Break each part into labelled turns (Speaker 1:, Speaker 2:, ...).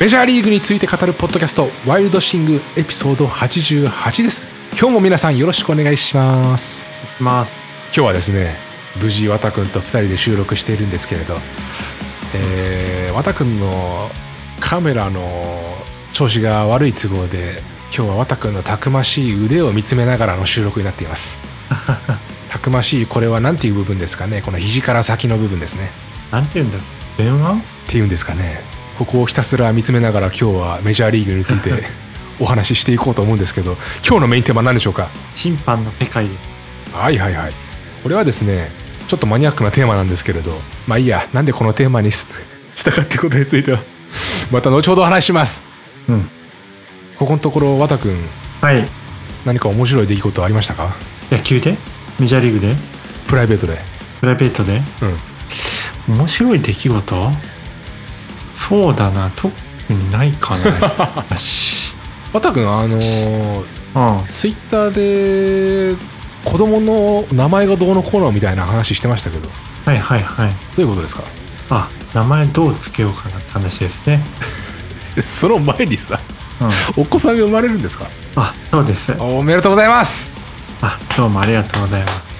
Speaker 1: メジャーリーグについて語るポッドキャスト「ワイルドシング」エピソード88です今日も皆さんよろしくお願いします
Speaker 2: ます
Speaker 1: 今日はですね無事和田君と2人で収録しているんですけれど、えー、和田君のカメラの調子が悪い都合で今日は和田君のたくましい腕を見つめながらの収録になっています たくましいこれは何ていう部分ですかねこの肘から先の部分ですね
Speaker 2: なんて言うんだ前腕
Speaker 1: っていうんですかねここをひたすら見つめながら今日はメジャーリーグについ てお話ししていこうと思うんですけど今日のメインテーマは何でしょうか
Speaker 2: 審判の世界で
Speaker 1: はいはいはいこれはですねちょっとマニアックなテーマなんですけれどまあいいやなんでこのテーマにし したかってことについてはまた後ほどお話しします
Speaker 2: うん
Speaker 1: ここのところ和田君
Speaker 2: はい
Speaker 1: 何か面白い出来事ありましたか
Speaker 2: 野球でメジャーリーグで
Speaker 1: プライベートで
Speaker 2: プライベートで
Speaker 1: うん
Speaker 2: 面白い出来事そうだな特にないか なよし
Speaker 1: 和田君あのー
Speaker 2: うん
Speaker 1: ツイッターで子供の名前がどうのこうのみたいな話してましたけどど
Speaker 2: はいはいはいう
Speaker 1: いうことですか
Speaker 2: あ名前どうつけようかなって話ですね
Speaker 1: その前にさ
Speaker 2: うん
Speaker 1: お子さんが生まれるんですか
Speaker 2: あそうです
Speaker 1: おめでとうございます
Speaker 2: あどうもありがとうございます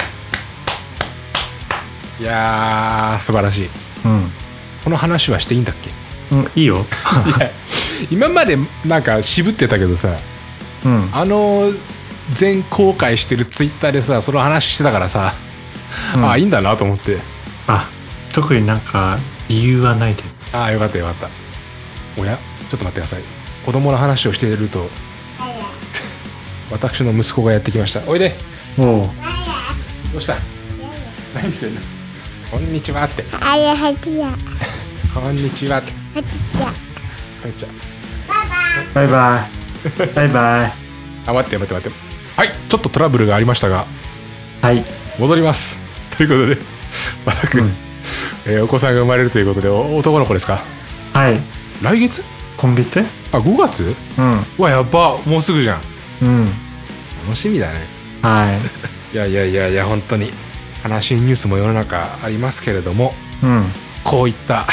Speaker 1: いやー素晴らしい
Speaker 2: うん
Speaker 1: この話はしていいんだっけ
Speaker 2: うん、いいよ。
Speaker 1: 今までなんか渋ってたけどさ
Speaker 2: うん。
Speaker 1: あの全公開してるツイッターでさその話してたからさ、
Speaker 2: うん
Speaker 1: ああいいんだなと思って
Speaker 2: あ、特になんか理由はないです。
Speaker 1: ああよかったよかったおやちょっと待ってください子供の話をしていると 私の息子がやってきましたおいで
Speaker 2: おう
Speaker 1: どうした何してんのこんにちはって
Speaker 3: あやはちや、は
Speaker 1: こんにちはって
Speaker 3: ちや。
Speaker 1: こんにちは
Speaker 2: バイバイ。バイバイ。
Speaker 1: あ待って待って待ってはいちょっとトラブルがありましたが
Speaker 2: はい。
Speaker 1: 戻ります ということで和田君、
Speaker 2: うん
Speaker 1: えーお子さんが生まれるということでお男の子ですか
Speaker 2: はい。
Speaker 1: 来月
Speaker 2: 今月
Speaker 1: あ5月
Speaker 2: うん。
Speaker 1: うわやばもうすぐじゃん
Speaker 2: うん。
Speaker 1: 楽しみだね
Speaker 2: はい
Speaker 1: やいやいやいや本当に悲しいニュースも世の中ありますけれども
Speaker 2: い。うん。
Speaker 1: こういった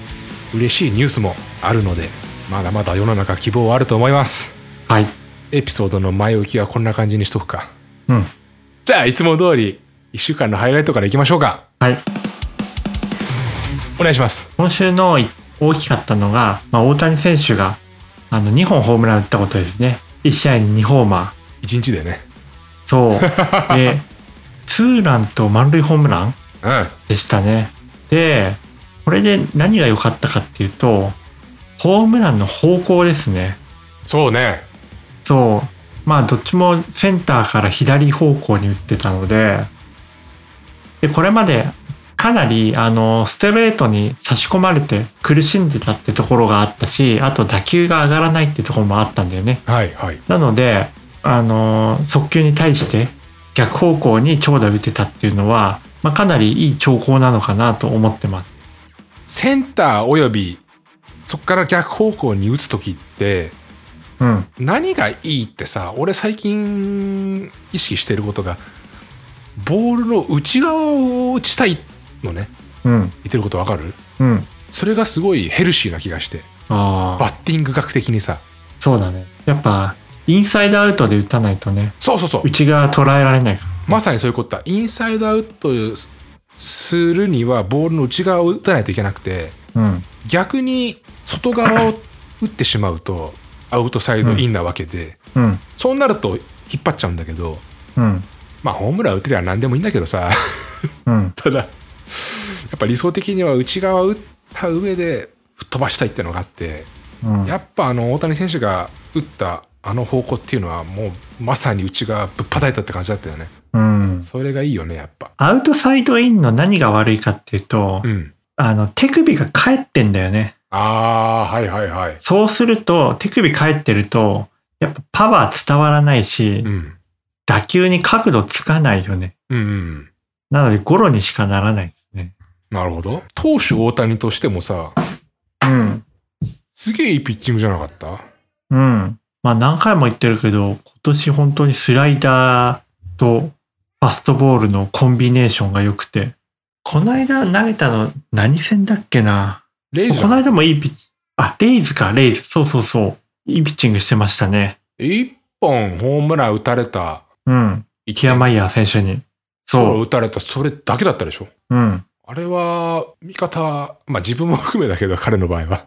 Speaker 1: 嬉しいニュースもあるのでまだまだ世の中希望はあると思います
Speaker 2: はい。
Speaker 1: エピソードの前置きはこんな感じにしとくか
Speaker 2: うん。
Speaker 1: じゃあいつも通り1週間のハイライトからいきましょうか
Speaker 2: はい。
Speaker 1: お願いします
Speaker 2: 今週の大きかったのが、まあ、大谷選手が、あの、2本ホームラン打ったことですね。1試合に2ホーマー。
Speaker 1: 1日でね
Speaker 2: そう。 で、ツーランと満塁ホームラン
Speaker 1: うん
Speaker 2: でしたね。で、これで何が良かったかっていうと、ホームランの方向ですね。
Speaker 1: そうね
Speaker 2: そう。まあ、どっちもセンターから左方向に打ってたので、で、これまでかなり、あの、ストレートに差し込まれて苦しんでたってところがあったし、あと打球が上がらないってところもあったんだよね。
Speaker 1: はいはい
Speaker 2: なので、あの、速球に対して逆方向に長打打てたっていうのは、まあ、かなりいい兆候なのかなと思ってます。
Speaker 1: センターおよびそこから逆方向に打つ時って
Speaker 2: うん。
Speaker 1: 何がいいってさ俺最近意識してることがボールの内側を打ちたいのね
Speaker 2: うん。
Speaker 1: 言ってることわかる
Speaker 2: うん。
Speaker 1: それがすごいヘルシーな気がして
Speaker 2: ああ。
Speaker 1: バッティング学的にさ
Speaker 2: そうだね。やっぱ、インサイドアウトで打たないとね、
Speaker 1: そうそうそう
Speaker 2: 内側捉えられないから。
Speaker 1: まさにそういうことだインサイドアウトするにはボールの内側を打たないといけなくて
Speaker 2: うん。
Speaker 1: 逆に外側を打ってしまうとアウトサイドインなわけで、
Speaker 2: うん。
Speaker 1: そうなると引っ張っちゃうんだけど
Speaker 2: うん。
Speaker 1: まあホームラン打てりゃ何でもいいんだけどさ
Speaker 2: うん。
Speaker 1: ただやっぱ理想的には内側を打った上で吹っ飛ばしたいっていうのがあって
Speaker 2: うん。
Speaker 1: やっぱあの大谷選手が打ったあの方向っていうのはもうまさに内側ぶっ叩いたって感じだったよね
Speaker 2: うん。
Speaker 1: それがいいよねやっぱ
Speaker 2: アウトサイドインの何が悪いかっていうと、
Speaker 1: うん
Speaker 2: あの、手首が返ってんだよね。
Speaker 1: ああーはいはいはい
Speaker 2: そうすると、手首返ってると、やっぱパワー伝わらないし、
Speaker 1: うん
Speaker 2: 打球に角度つかないよね。
Speaker 1: うんうん
Speaker 2: なので、ゴロにしかならないですね。
Speaker 1: なるほど投手大谷としてもさ
Speaker 2: うん。
Speaker 1: すげえいいピッチングじゃなかった
Speaker 2: うん。まあ何回も言ってるけど、今年本当にスライダーとファストボールのコンビネーションが良くて。この間投げたの何戦だっけな
Speaker 1: レイジ
Speaker 2: こ
Speaker 1: ャ
Speaker 2: の
Speaker 1: ー
Speaker 2: 間もいいピッチ。あ、レイズか、レイズ。そうそうそう。いいピッチングしてましたね。
Speaker 1: 一本ホームラン打たれた、
Speaker 2: うん。キアマイヤー選手に。
Speaker 1: そう
Speaker 2: そ
Speaker 1: 打たれた、それだけだったでしょ。
Speaker 2: う。うん。
Speaker 1: あれは、味方、まあ自分も含めだけど、彼の場合は。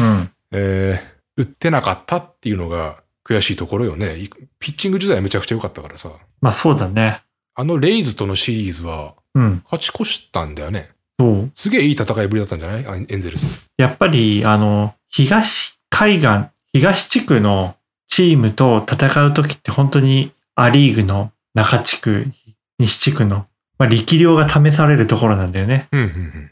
Speaker 2: うん。
Speaker 1: えー打ってなかったっていうのが悔しいところよね。いピッチング自体めちゃくちゃ良かったからさ。
Speaker 2: まあそうだね。
Speaker 1: あのレイズとのシリーズは
Speaker 2: うん。
Speaker 1: 勝ち越したんだよね。
Speaker 2: そう。
Speaker 1: すげえいい戦いぶりだったんじゃないあエンゼルス。
Speaker 2: やっぱり、あの、東海岸、東地区のチームと戦うときって本当にアリーグの中地区、西地区の、まあ、力量が試されるところなんだよね。
Speaker 1: うんうんうん。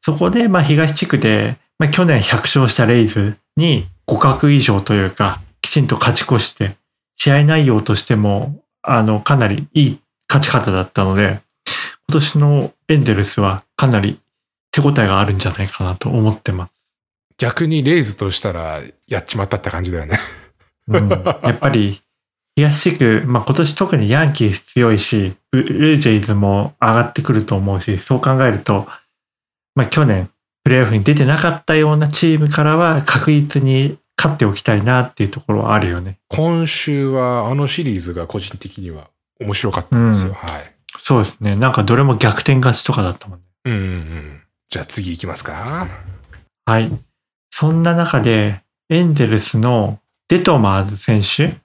Speaker 2: そこで、まあ、東地区で、まあ、去年100勝したレイズに互角以上というか、きちんと勝ち越して、試合内容としても、あの、かなりいい勝ち方だったので、今年のエンゼルスはかなり手応えがあるんじゃないかなと思ってます。
Speaker 1: 逆にレイズとしたらやっちまったって感じだよ ね。
Speaker 2: うん、やっぱり、東地区、まあ、今年特にヤンキース強いし、ブルージェイズも上がってくると思うし、そう考えると、まあ、去年、プレーオフに出てなかったようなチームからは確実に勝っておきたいなっていうところはあるよね。
Speaker 1: 今週はあのシリーズが個人的には面白かったんですよ。
Speaker 2: うん
Speaker 1: はい。
Speaker 2: そうですね。なんかどれも逆転勝ちとかだったもんね。
Speaker 1: うんうんうん。じゃあ次行きますか。
Speaker 2: はい。そんな中で、エンゼルスのデトマーズ選手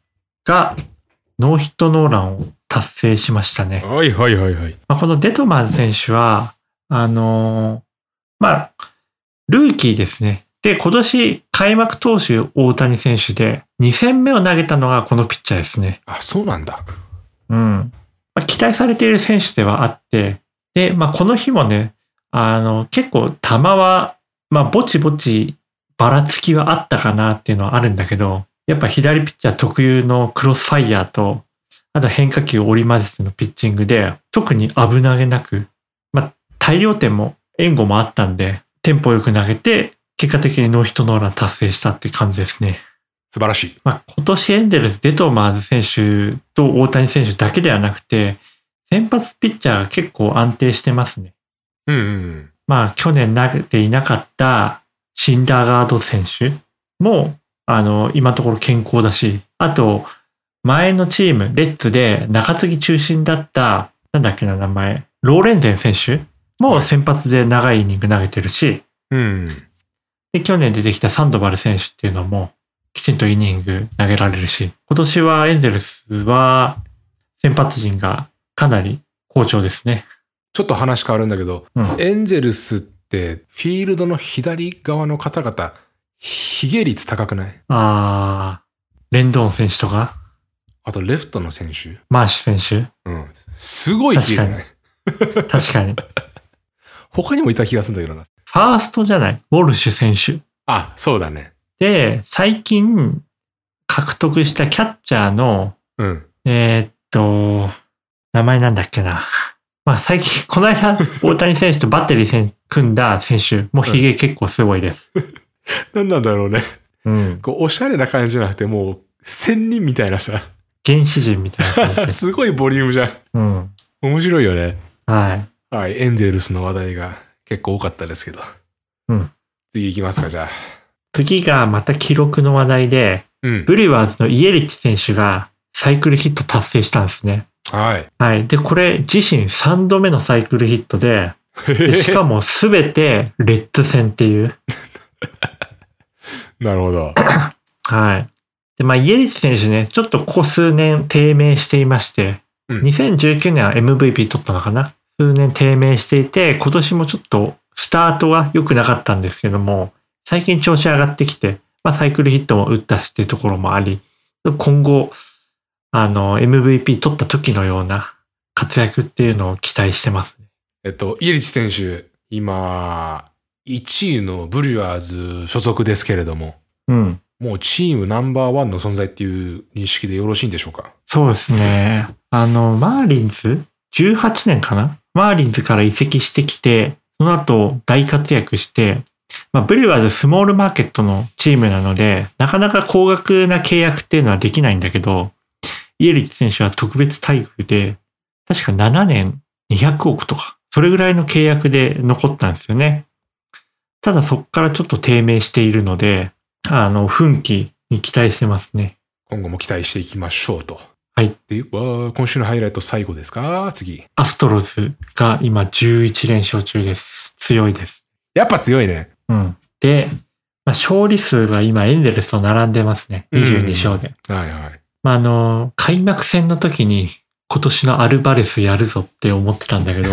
Speaker 2: がノーヒットノーランを達成しましたね。
Speaker 1: はいはいはいはい。
Speaker 2: まあ、このデトマン選手は、あのーまあ、ルーキーですね。で、今年開幕投手大谷選手で2戦目を投げたのがこのピッチャーですね。
Speaker 1: あ、そうなんだ。
Speaker 2: うん。まあ、期待されている選手ではあって、で、まあ、この日もね、あの、結構球は、まあ、ぼちぼちばらつきはあったかなっていうのはあるんだけど、やっぱ左ピッチャー特有のクロスファイヤーと、あと変化球を織り交ぜてのピッチングで、特に危なげなく、まあ、大量点も援護もあったんで、テンポよく投げて、結果的にノーヒットノーラン達成したって感じですね。
Speaker 1: 素晴らしい。
Speaker 2: まあ、今年エンゼルス、デトマーズ選手と大谷選手だけではなくて、先発ピッチャーが結構安定してますね。
Speaker 1: うんうんうん。
Speaker 2: まあ、去年投げていなかったシンダーガード選手も、あの、今のところ健康だし、あと、前のチーム、レッツで中継ぎ中心だった、なんだっけな、名前、ローレンゼン選手も先発で長いイニング投げてるし、
Speaker 1: うん。
Speaker 2: で、去年出てきたサンドバル選手っていうのも、きちんとイニング投げられるし、今年はエンゼルスは、先発陣がかなり好調ですね。
Speaker 1: ちょっと話変わるんだけど、
Speaker 2: うん
Speaker 1: エンゼルスってフィールドの左側の方々、ヒゲ率高くない
Speaker 2: あー、レンドン選手とか、
Speaker 1: あとレフトの選手。
Speaker 2: マーシュ選
Speaker 1: うん。すごいヒゲじゃない
Speaker 2: 手、確かに。 フ
Speaker 1: 他にもいた気がするんだけどな。
Speaker 2: ァーストじゃない、ウォルシュ選手。
Speaker 1: あ、そうだね。
Speaker 2: で、最近、獲得したキャッチャーの、
Speaker 1: うん。
Speaker 2: えーっと、名前なんだっけな。まあ最近、この間、大谷選手とバッテリー選手組んだ選手もヒゲ結構すごいです。
Speaker 1: なんなんだろうね。
Speaker 2: うん。
Speaker 1: こう、おしゃれな感じじゃなくて、もう、仙人みたいな さ、
Speaker 2: 原始人みたいな感じ。
Speaker 1: すごいボリュームじゃん。
Speaker 2: うん。
Speaker 1: 面白いよね。
Speaker 2: はい。
Speaker 1: はい。エンゼルスの話題が結構多かったですけど。
Speaker 2: うん。
Speaker 1: 次行きますか、じゃあ。
Speaker 2: 次がまた記録の話題で、
Speaker 1: うん。
Speaker 2: ブリュワーズのイエリッチ選手がサイクルヒット達成したんですね。
Speaker 1: はい。
Speaker 2: はい。で、これ自身3度目のサイクルヒットで、で しかも全てレッツ戦っていう。
Speaker 1: なるほど。
Speaker 2: はい。で、まあ、イエリッチ選手ね、ちょっとここ数年低迷していまして、
Speaker 1: うん
Speaker 2: 2019年は MVP 取ったのかな数年低迷していて、今年もちょっとスタートは良くなかったんですけども、最近調子上がってきて、まあ、サイクルヒットも打ったしっていうところもあり、今後、あの、MVP 取った時のような活躍っていうのを期待してますね。
Speaker 1: えっと、イエリッチ選手、今、1位のブリュワーズ所属ですけれども、
Speaker 2: うん。
Speaker 1: もうチームナンバーワンの存在っていう認識でよろしいんでしょうか
Speaker 2: そうですね。あの、マーリンズ ?18 年かなマーリンズから移籍してきて、その後大活躍して、まあ、ブリュワーズスモールマーケットのチームなので、なかなか高額な契約っていうのはできないんだけど、イエリッチ選手は特別待遇で、確か7年200億とか、それぐらいの契約で残ったんですよね。ただそこからちょっと低迷しているので、あの、奮起に期待してますね。
Speaker 1: 今後も期待していきましょうと。
Speaker 2: はい。
Speaker 1: では、今週のハイライト最後ですか次。
Speaker 2: アストロズが今11連勝中です。強いです。
Speaker 1: やっぱ強いね。
Speaker 2: うん。で、まあ、勝利数が今エンゼルスと並んでますね。22勝で。
Speaker 1: はいはい。
Speaker 2: まあ、あの、開幕戦の時に今年のアルバレスやるぞって思ってたんだ けど、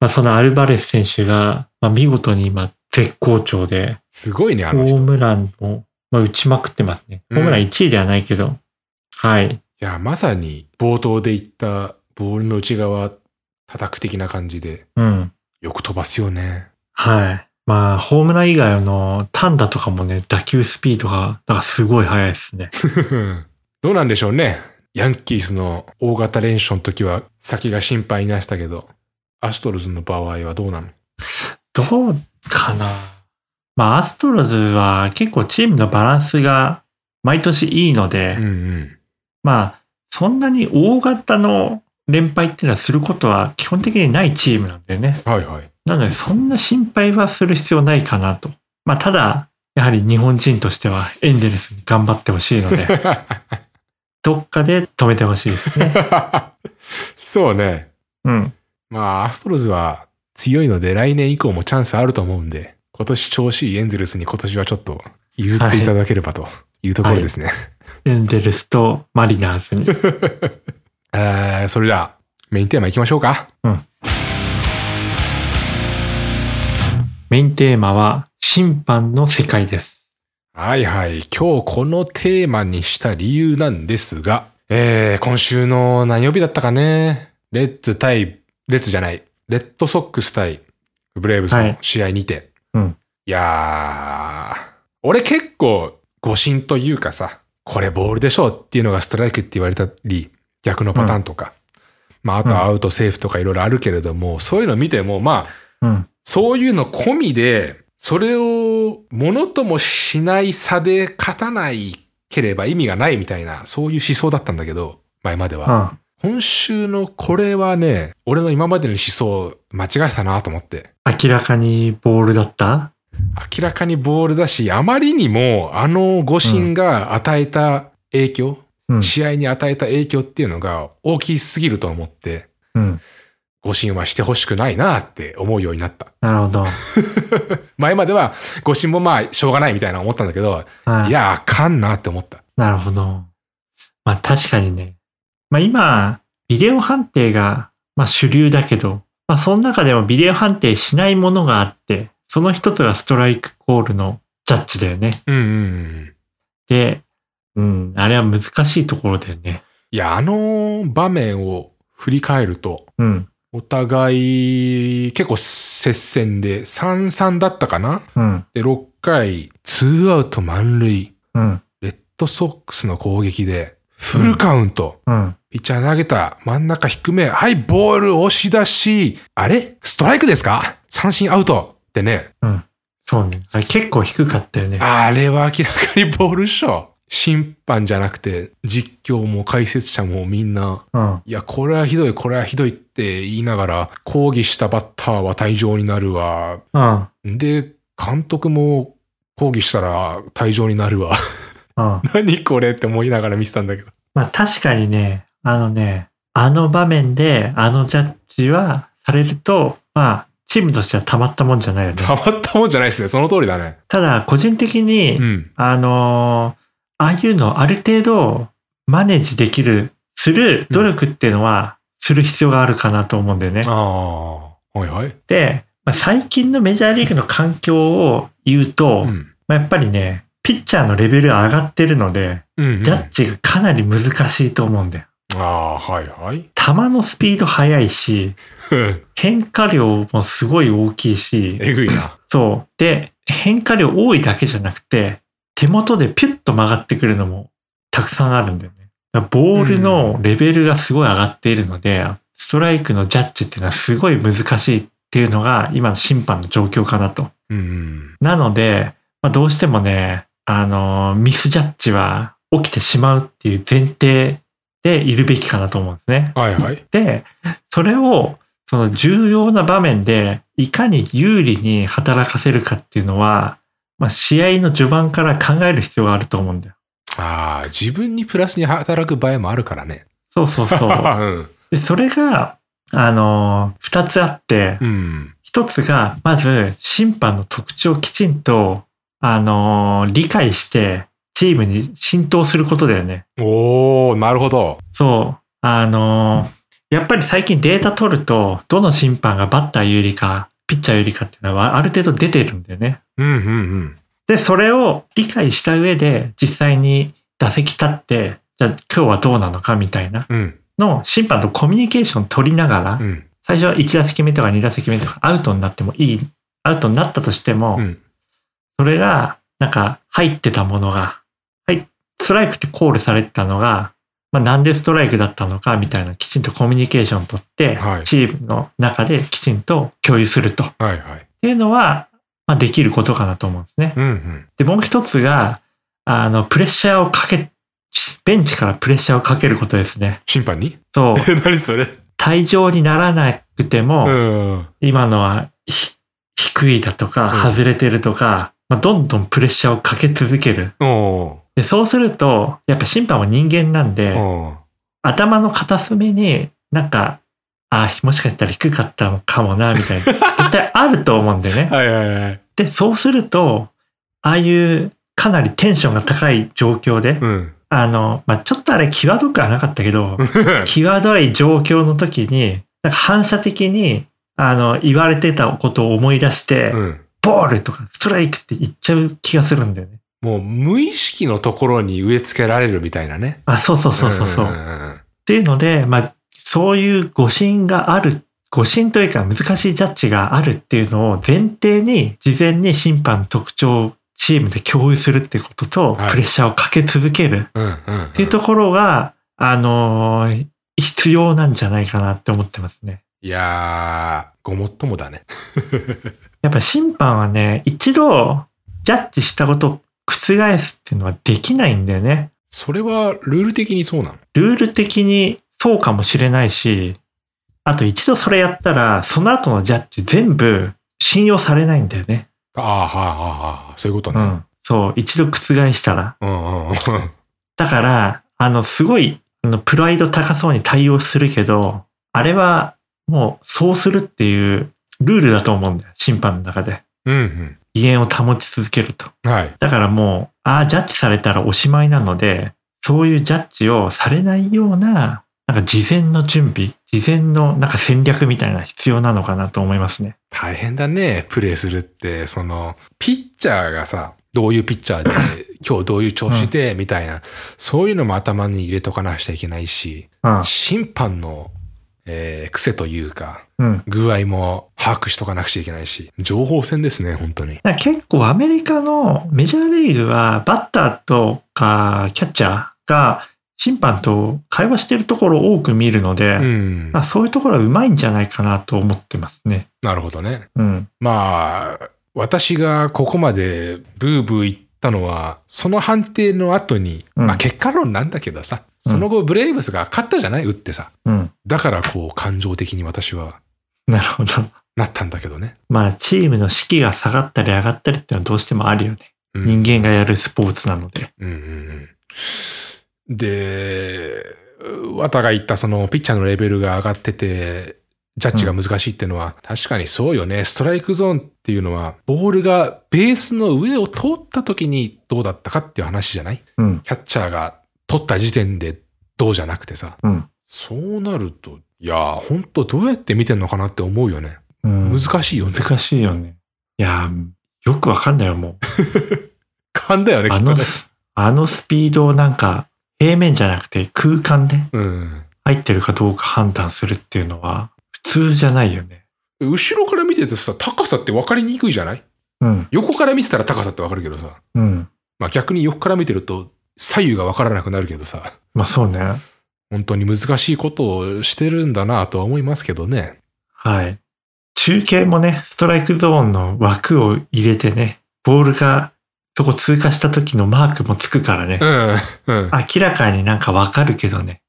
Speaker 2: まあ、そのアルバレス選手が、まあ、見事に今絶好調で、
Speaker 1: すごいね、あ
Speaker 2: ホ
Speaker 1: の人。
Speaker 2: ー
Speaker 1: い
Speaker 2: ムランを、まあ、打ちまくってますね。
Speaker 1: う
Speaker 2: ホ
Speaker 1: ん
Speaker 2: ームラン1位ではないけど、はい。
Speaker 1: や、まさに冒頭で言ったボールの内側、叩く的な感じで、
Speaker 2: うん。
Speaker 1: よく飛ばすよね。
Speaker 2: はい。まあ、ホームラン以外の単打とかもね、打球スピードが、なんかすごい速いですね。
Speaker 1: どうなんでしょうね。ヤンキースの大型連勝の時は先が心配になってたけど、アストロズの場合はどうなの
Speaker 2: どうかなまあ、アストロズは結構チームのバランスが毎年いいので、
Speaker 1: うんうん。
Speaker 2: まあ、そんなに大型の連敗っていうのはすることは基本的にないチームなんだよね。
Speaker 1: はいはい。
Speaker 2: なので、そんな心配はする必要ないかなと。まあ、ただ、やはり日本人としてはエンゼルスに頑張ってほしい ので、どっかで止めてほしいですね。
Speaker 1: そうね。
Speaker 2: うん。
Speaker 1: まあ、アストロズは強いので、来年以降もチャンスあると思うんで、今年調子いいエンゼルスに今年はちょっと譲っていただければというところですね。
Speaker 2: エンゼルスとマリナーズに。
Speaker 1: えーそれじゃあ、メインテーマいきましょうか。
Speaker 2: メインテーマは審判の世界です。
Speaker 1: はいはい。今日このテーマにした理由なんですが、えー、今週の何曜日だったかね。レッツ対、レッツじゃない、レッドソックス対ブレーブス
Speaker 2: は
Speaker 1: の
Speaker 2: い
Speaker 1: 試合にて。い、
Speaker 2: うん
Speaker 1: やー、俺結構誤審というかさ、これボールでしょうっていうのがストライクって言われたり、逆のパターンとか、まああ
Speaker 2: うん
Speaker 1: とアウト、セーフとかいろいろあるけれども、そういうの見ても、まあ、
Speaker 2: うん。
Speaker 1: そういうの込みで、それをものともしない差で勝たないければ意味がないみたいな、そういう思想だったんだけど、前まで
Speaker 2: う
Speaker 1: は。
Speaker 2: ん。
Speaker 1: 今週のこれはね、俺の今までの思想、間違えてたなと思って。
Speaker 2: 明らかにボールだった
Speaker 1: 明らかにボールだし、あまりにもあの誤審が与えた影響、
Speaker 2: うん。
Speaker 1: 試合に与えた影響っていうのが大きすぎると思って、
Speaker 2: うん。
Speaker 1: 誤審はしてほしくないなって思うようになった。
Speaker 2: なるほど。
Speaker 1: 前までは誤審もまあしょうがないみたいな思ったんだけど、
Speaker 2: はい
Speaker 1: いや、あかんなって思った。
Speaker 2: なるほど。まあ確かにね。まあ今、ビデオ判定が、まあ、主流だけど、まあその中でもビデオ判定しないものがあって、その一つがストライクコールのジャッジだよね。
Speaker 1: うんうんうん。
Speaker 2: で、うん、あれは難しいところだよね。
Speaker 1: いや、あの場面を振り返ると、
Speaker 2: うん、
Speaker 1: お互い結構接戦で3-3だったかな
Speaker 2: うん、
Speaker 1: で、6回、ツーアウト満塁、
Speaker 2: うん、
Speaker 1: レッドソックスの攻撃で、フルカウント、
Speaker 2: うん。
Speaker 1: ピッチャー投げた、真ん中低め、はい、ボール押し出し、あれストライクですか三振アウトってね、
Speaker 2: そうね。あれ結構低かったよね。
Speaker 1: あれは明らかにボールっしょ。審判じゃなくて、実況も解説者もみんな、
Speaker 2: うん、
Speaker 1: いや、これはひどい、これはひどいって言いながら、抗議したバッターは退場になるわ。
Speaker 2: うん、
Speaker 1: で、監督も抗議したら退場になるわ。
Speaker 2: うん。
Speaker 1: 何これって思いながら見てたんだけど。
Speaker 2: まあ確かにね、あのね、あの場面であのジャッジはされると、まあチームとしてはたまったもんじゃないよね。
Speaker 1: たまったもんじゃないですね。その通りだね。
Speaker 2: ただ個人的に、
Speaker 1: うん。
Speaker 2: あのーああいうのある程度マネージできる、する努力っていうのはする必要があるかなと思うんだよね。
Speaker 1: ああ。はいはい。
Speaker 2: で、まあ、最近のメジャーリーグの環境を言うと、
Speaker 1: うん。
Speaker 2: まあ、やっぱりね、ピッチャーのレベルが上がってるので、
Speaker 1: うん、うん。
Speaker 2: ジャッジがかなり難しいと思うんだよ。
Speaker 1: ああ、はいはい。
Speaker 2: 球のスピード速いし、変化量もすごい大きいし、
Speaker 1: えぐいな。
Speaker 2: そう。で、変化量多いだけじゃなくて、手元でピュッと曲がってくるのもたくさんあるんだよね。だからボールのレベルがすごい上がっているので、ストライクのジャッジっていうのはすごい難しいっていうのが今の審判の状況かなと。
Speaker 1: うんうん。
Speaker 2: なので、まあ、どうしてもね、あのーミスジャッジは起きてしまうっていう前提でいるべきかなと思うんですね。
Speaker 1: はいはい。
Speaker 2: で、それをその重要な場面でいかに有利に働かせるかっていうのは、まあ、試合の序盤から考える必要があると思うんだよ。
Speaker 1: ああ、自分にプラスに働く場合もあるからね。
Speaker 2: そうそうそ うう。
Speaker 1: ん。
Speaker 2: で、それが、あのー二つあって
Speaker 1: う、ん。
Speaker 2: 一つが、まず審判の特徴をきちんと、あのー理解して、チームに浸透することだよね。
Speaker 1: おー、なるほど。
Speaker 2: そう。あのーやっぱり最近データ取ると、どの審判がバッター有利か、ピッチャー有利かっていうのはある程度出てるんだよね。
Speaker 1: うんうんうん。
Speaker 2: で、それを理解した上で、実際に打席立って、じゃあ今日はどうなのかみたいな
Speaker 1: うん。
Speaker 2: のを審判とコミュニケーション取りながら
Speaker 1: う、ん。
Speaker 2: 最初は1打席目とか2打席目とかアウトになってもいい、アウトになったとしても
Speaker 1: う、ん。
Speaker 2: それが、なんか入ってたものが、はい、ストライクってコールされてたのが、まあ、なんでストライクだったのかみたいなきちんとコミュニケーション取って
Speaker 1: はい、
Speaker 2: チームの中できちんと共有すると。っ
Speaker 1: はいはい。
Speaker 2: ていうのは、まあ、できることかなと思うんですね。
Speaker 1: うんうん。
Speaker 2: で、もう一つが、あの、プレッシャーをかけ、ベンチからプレッシャーをかけることですね。
Speaker 1: 審判に
Speaker 2: そう。
Speaker 1: 何それ
Speaker 2: 退場にならなくても、
Speaker 1: うん。
Speaker 2: 今のはひ低いだと
Speaker 1: う
Speaker 2: か、
Speaker 1: ん
Speaker 2: 外れてるとか、まあ、どんどんプレッシャーをかけ続ける。
Speaker 1: お
Speaker 2: で、そうすると、やっぱ審判は人間なん
Speaker 1: ー。
Speaker 2: で、
Speaker 1: おー
Speaker 2: 頭の片隅になんか、あもしかしたら低かったのかもな、みたいな。絶対あると思うんでね。
Speaker 1: はいはいはい。
Speaker 2: で、そうすると、ああいうかなりテンションが高い状況で、
Speaker 1: うん。
Speaker 2: あの、まあ、ちょっとあれ、際どくはなかったけど、際どい状況の時に、なんか反射的に、あの、言われてたことを思い出して、
Speaker 1: うん。
Speaker 2: ボールとかストライクって言っちゃう気がするんだよね。
Speaker 1: もう無意識のところに植え付けられるみたいなね。
Speaker 2: あ、そうそうそうそうそう。
Speaker 1: ん
Speaker 2: っ
Speaker 1: んん
Speaker 2: ていうので、まあ、そういう誤信がある、誤信というか難しいジャッジがあるっていうのを前提に、事前に審判の特徴をチームで共有するってことと、
Speaker 1: はい
Speaker 2: プレッシャーをかけ続ける。
Speaker 1: うんうん。っ
Speaker 2: っていうところが、あのー必要なんじゃないかなって思ってますね。
Speaker 1: いやー、ごもっともだね。
Speaker 2: やっぱ審判はね、一度ジャッジしたことを覆すっていうのはできないんだよね。
Speaker 1: それはルール的にそうなの
Speaker 2: ルール的にそうかもしれないし、あと一度それやったら、その後のジャッジ全部信用されないんだよね。
Speaker 1: ああ、はいはいはい。そういうこと
Speaker 2: う
Speaker 1: ね。
Speaker 2: ん。そう、一度覆したら。
Speaker 1: うんうんうん。
Speaker 2: だから、あの、すごい、あの、プライド高そうに対応するけど、あれは、もう、そうするっていうルールだと思うんだよ。審判の中で。
Speaker 1: うん
Speaker 2: 威厳を保ち続けると。
Speaker 1: うん。はい。
Speaker 2: だからもう、ああ、ジャッジされたらおしまいなので、そういうジャッジをされないような、なんか事前の準備、事前のなんか戦略みたいな必要なのかなと思いますね。
Speaker 1: 大変だね、プレイするって。その、ピッチャーがさ、どういうピッチ ャーで、今日どういう調子で、みたいな、そういうのも頭に入れとかなくちゃいけないし、
Speaker 2: うん。
Speaker 1: 審判の、えー癖というか、
Speaker 2: うん。
Speaker 1: 具合も把握しとかなくちゃいけないし、情報戦ですね、本当に。
Speaker 2: だから結構アメリカのメジャーリーグはバッターとかキャッチャーが審判と会話してるところを多く見るので、
Speaker 1: うん
Speaker 2: ま。あ、そういうところはうまいんじゃないかなと思ってますね。
Speaker 1: なるほどね。
Speaker 2: うん。
Speaker 1: まあ、私がここまでブーブー言ったのは、その判定の後に、
Speaker 2: うん
Speaker 1: まあ結果論なんだけどさ、
Speaker 2: うん
Speaker 1: その後ブレイブスが勝ったじゃない打ってさ。
Speaker 2: うん。
Speaker 1: だからこう感情的に私は
Speaker 2: なるほど。
Speaker 1: なったんだけどね。
Speaker 2: まあ、チームの士気が下がったり上がったりってのはどうしてもあるよね。
Speaker 1: うん
Speaker 2: 人間がやるスポーツなので。
Speaker 1: うんうんうん、で、綿が言ったそのピッチャーのレベルが上がってて、ジャッジが難しいっていうのは、確かにそうよね。ストライクゾーンっていうのは、ボールがベースの上を通った時にどうだったかっていう話じゃない
Speaker 2: うん。
Speaker 1: キャッチャーが取った時点でどうじゃなくてさ。
Speaker 2: うん
Speaker 1: そうなると、いやー、ほんとどうやって見てんのかなって思うよね。難しいよね。
Speaker 2: 難しいよね。いやー、よくわかんないよ、もう。
Speaker 1: 勘だよね、きっ
Speaker 2: あ
Speaker 1: とね
Speaker 2: の。ス、あのスピードをなんか、平面じゃなくて空間で
Speaker 1: うん。
Speaker 2: 入ってるかどうか判断するっていうのは、普通じゃないよね。
Speaker 1: 後ろから見ててさ、高さって分かりにくいじゃない
Speaker 2: うん、
Speaker 1: 横から見てたら高さって分かるけどさ。
Speaker 2: うん。
Speaker 1: まあ逆に横から見てると左右が分からなくなるけどさ。
Speaker 2: まあそうね。
Speaker 1: 本当に難しいことをしてるんだなとは思いますけどね。
Speaker 2: はい。中継もね、ストライクゾーンの枠を入れてね、ボールがそこ通過した時のマークもつくからね
Speaker 1: う、ん。うん。
Speaker 2: 明らかになんかわかるけどね。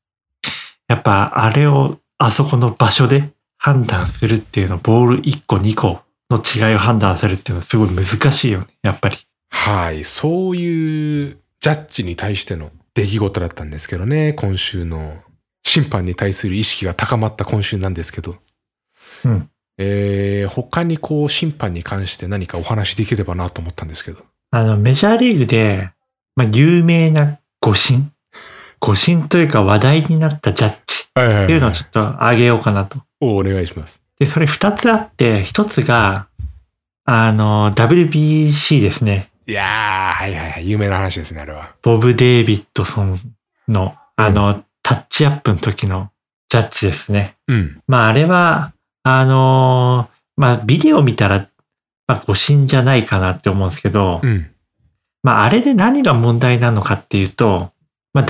Speaker 2: やっぱあれをあそこの場所で判断するっていうの、ボール1個2個の違いを判断するっていうのはすごい難しいよね、やっぱり。
Speaker 1: はい。そういうジャッジに対しての出来事だったんですけどね、今週の。審判に対する意識が高まった今週なんですけど。
Speaker 2: うん
Speaker 1: えー他にこう審判に関して何かお話できればなと思ったんですけど。
Speaker 2: あの、メジャーリーグで、まあ、有名な誤審。誤審というか話題になったジャッジ
Speaker 1: はいは
Speaker 2: っていうのをちょっと上げようかなと。
Speaker 1: おお願いします。
Speaker 2: で、それ2つあって、1つが、あの、WBC ですね。
Speaker 1: いやー、はいはいはい。有名な話ですね、あれは。
Speaker 2: ボブ・デイビッドソンの、あの、タッチアップの時のジャッジですね。
Speaker 1: うん。
Speaker 2: まあ、あれは、あのーまあ、ビデオ見たら、まあ、誤審じゃないかなって思うんですけど、
Speaker 1: うん。
Speaker 2: まあ、あれで何が問題なのかっていうと、まあ、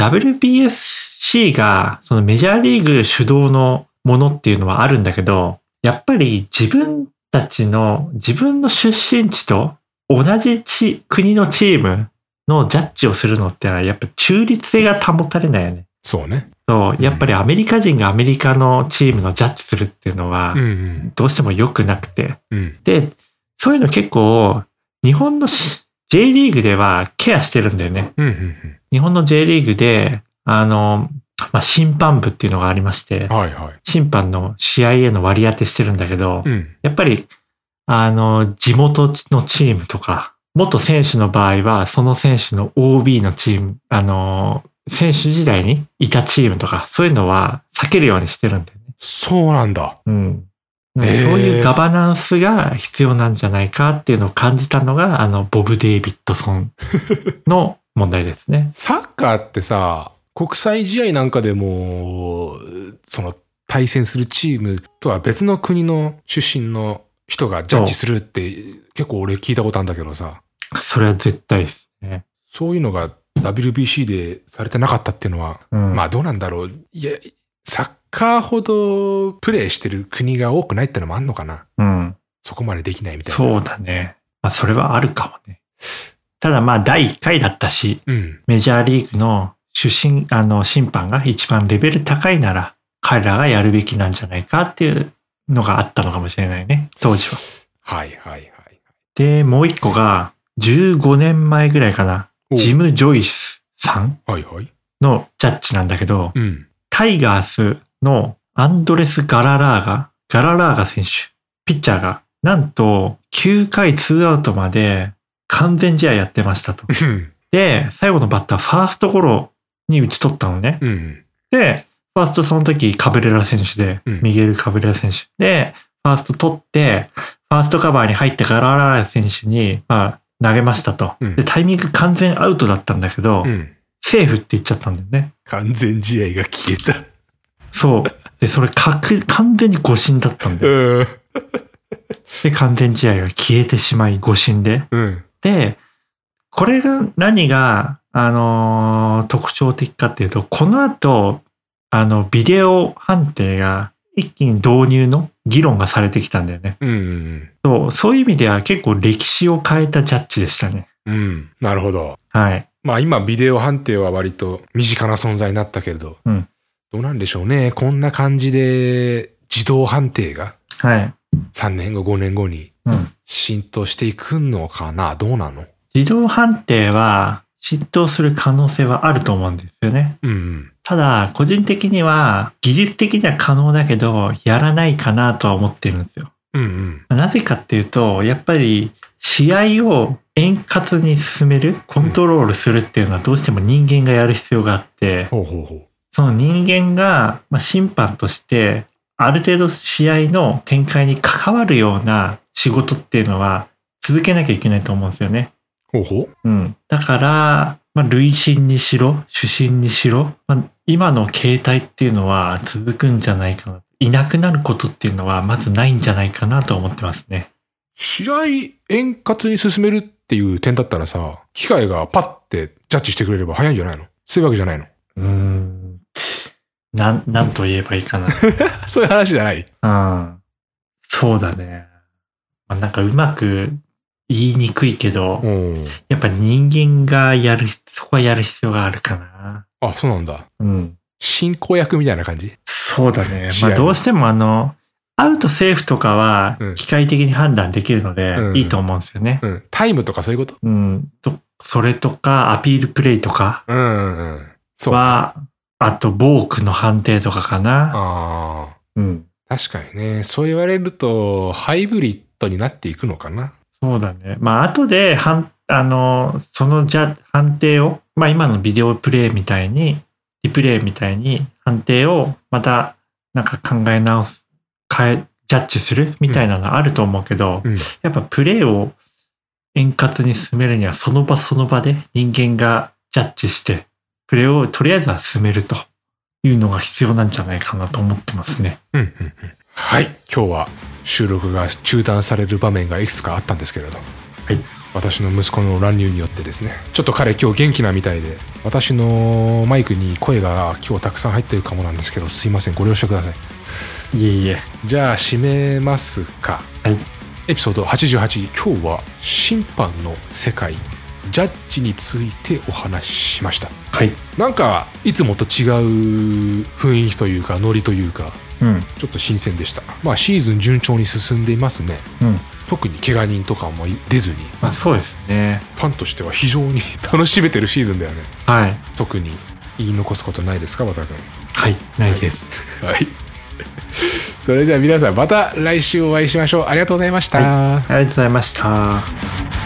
Speaker 2: WBSC が、そのメジャーリーグ主導のものっていうのはあるんだけど、やっぱり自分たちの、自分の出身地と同じ地、国のチームのジャッジをするのってのは、やっぱ中立性が保たれないよね。
Speaker 1: そうね。
Speaker 2: そう、やっぱりアメリカ人がアメリカのチームのジャッジするっていうのは
Speaker 1: うん、うん。
Speaker 2: どうしても良くなくて、
Speaker 1: うん。
Speaker 2: で、そういうの結構、日本のし J リーグではケアしてるんだよね。
Speaker 1: うん。うんうん。
Speaker 2: 日本の J リーグで、あの、まあ、審判部っていうのがありまして、
Speaker 1: はいはい。
Speaker 2: 審判の試合への割り当てしてるんだけど、
Speaker 1: うん。
Speaker 2: やっぱり、あの、地元のチームとか、元選手の場合は、その選手の OB のチーム、あの、選手時代にいたチームとか、そういうのは避けるようにしてるんだよね。
Speaker 1: そうなんだ。
Speaker 2: うん。そう
Speaker 1: へー。
Speaker 2: いうガバナンスが必要なんじゃないかっていうのを感じたのが、あの、ボブ・デイビッドソンの問題ですね
Speaker 1: サッカーってさ、国際試合なんかでも、その対戦するチームとは別の国の出身の人がジャッジするって結構俺聞いたことあるんだけどさ、
Speaker 2: それは絶対ですね。
Speaker 1: そういうのが WBC でされてなかったっていうのは、
Speaker 2: うん
Speaker 1: まあどうなんだろう。いや、サッカーほどプレーしてる国が多くないってのもあんのかな。
Speaker 2: うん。
Speaker 1: そこまでできないみたいな。
Speaker 2: そうだね。まあ、それはあるかもね。ただまあ、第1回だったし、
Speaker 1: うん。
Speaker 2: メジャーリーグの主審、あの、審判が一番レベル高いなら、彼らがやるべきなんじゃないかっていうのがあったのかもしれないね、当時は。
Speaker 1: はいはいはい。
Speaker 2: で、もう一個が、15年前ぐらいかな、
Speaker 1: お
Speaker 2: ジム・ジョイスさん
Speaker 1: はいはい。
Speaker 2: のジャッジなんだけど、
Speaker 1: うん。
Speaker 2: タイガースのアンドレス・ガララーガ、ガララーガ選手、ピッチャーが、なんと9回2アウトまで完全試合やってましたと。
Speaker 1: うん。
Speaker 2: で、最後のバッター、ファーストゴロに打ち取ったのね。
Speaker 1: うん。
Speaker 2: で、ファーストその時カブレラ選手で、
Speaker 1: うん
Speaker 2: ミゲル・カブレラ選手。で、ファースト取って、ファーストカバーに入ってガララーガ選手に、まあ、投げましたと。
Speaker 1: うん
Speaker 2: で、タイミング完全アウトだったんだけど、
Speaker 1: うん。
Speaker 2: セーフって言っちゃったんだよね。
Speaker 1: 完全試合が消えた。
Speaker 2: そう。で、それ確、完全に誤審だったんだよ。
Speaker 1: うん。
Speaker 2: で、完全試合が消えてしまい、誤審で。
Speaker 1: うん。
Speaker 2: で、これが、何が、あのー特徴的かっていうと、この後、あの、ビデオ判定が一気に導入の議論がされてきたんだよね。
Speaker 1: うん。
Speaker 2: そう、そういう意味では結構歴史を変えたジャッジでしたね。
Speaker 1: うん。なるほど。
Speaker 2: はい。
Speaker 1: まあ今ビデオ判定は割と身近な存在になったけれど、
Speaker 2: うん
Speaker 1: どうなんでしょうね。こんな感じで自動判定が
Speaker 2: はい。
Speaker 1: 3年後5年後に
Speaker 2: うん
Speaker 1: 浸透していくのかな、どうなの
Speaker 2: 自動判定は、嫉妬する可能性はあると思うんですよね。
Speaker 1: うんうん。
Speaker 2: ただ、個人的には、技術的には可能だけど、やらないかなとは思ってるんですよ。
Speaker 1: うんうん。
Speaker 2: なぜかっていうと、やっぱり、試合を円滑に進める、コントロールするっていうのはどうしても人間がやる必要があって、
Speaker 1: ほうほうほう。
Speaker 2: その人間が、まあ、審判として、ある程度試合の展開に関わるような仕事っていうのは続けなきゃいけないと思うんですよね。
Speaker 1: ほうほう。
Speaker 2: うん、だから、まあ、累進にしろ主審にしろ、まあ、今の形態っていうのは続くんじゃないかないなくなることっていうのはまずないんじゃないかなと思ってますね。
Speaker 1: 試合円滑に進めるっていう点だったらさ、機械がパッてジャッジしてくれれば早いんじゃないのそういうわけじゃないの
Speaker 2: うんなんなんと言えばいいか
Speaker 1: そう いう話じゃない
Speaker 2: な。うん、そうだね。まあ、なんかうまく言いにくいけど、
Speaker 1: うん。
Speaker 2: やっぱ人間がやるそこはやる必要があるかな。
Speaker 1: あ、そうなんだ。
Speaker 2: うん
Speaker 1: 進行役みたいな感じ
Speaker 2: そうだね。
Speaker 1: 試合
Speaker 2: まあ
Speaker 1: の
Speaker 2: どうしてもあの、アウトセーフとかは
Speaker 1: うん
Speaker 2: 機械的に判断できるので
Speaker 1: うん
Speaker 2: いいと思うんですよね。
Speaker 1: うん、タイムとかそういうこと
Speaker 2: うん。とそれとか、アピールプレイとか
Speaker 1: うんうんうん。そう。あ
Speaker 2: は、あと、ボークの判定とかかな。
Speaker 1: あ
Speaker 2: うん。
Speaker 1: ー。確かにね。そう言われると、ハイブリッドになっていくのかな。
Speaker 2: そうだね。まあ、後で、はん、あの、そのじゃ、判定を、まあ、今のビデオプレイみたいに、リプレイみたいに、判定をまた、なんか考え直す、変え、ジャッジするみたいなのあると思うけど、
Speaker 1: うん
Speaker 2: やっぱプレイを円滑に進めるには、その場その場で人間がジャッジして、プレイをとりあえずは進めるというのが必要なんじゃないかなと思ってますね。
Speaker 1: うんうんうん。はい。今日は収録が中断される場面がいくつかあったんですけれど。
Speaker 2: い
Speaker 1: 私の息子の乱入によってですね。ちょっと彼今日元気なみたいで、私のマイクに声が今日たくさん入ってるかもなんですけど、すいません。ご了承ください。
Speaker 2: いえいえ。
Speaker 1: じゃあ、締めますか。
Speaker 2: はい。
Speaker 1: エピソード88今日は審判の世界ジャッジについてお話ししました
Speaker 2: はい。
Speaker 1: なんかいつもと違う雰囲気というかノリというか
Speaker 2: うん。
Speaker 1: ちょっと新鮮でしたまあシーズン順調に進んでいますね
Speaker 2: うん。
Speaker 1: 特に怪我人とかも出ずに
Speaker 2: まあ、そうですね。
Speaker 1: ファンとしては非常に 楽しめてるシーズンだよね
Speaker 2: はい。
Speaker 1: 特に言い残すことないですか和田君
Speaker 2: はい、ないです。
Speaker 1: はいそれじゃあ皆さんまた来週お会いしましょうありがとうございました、
Speaker 2: ありがとうございました。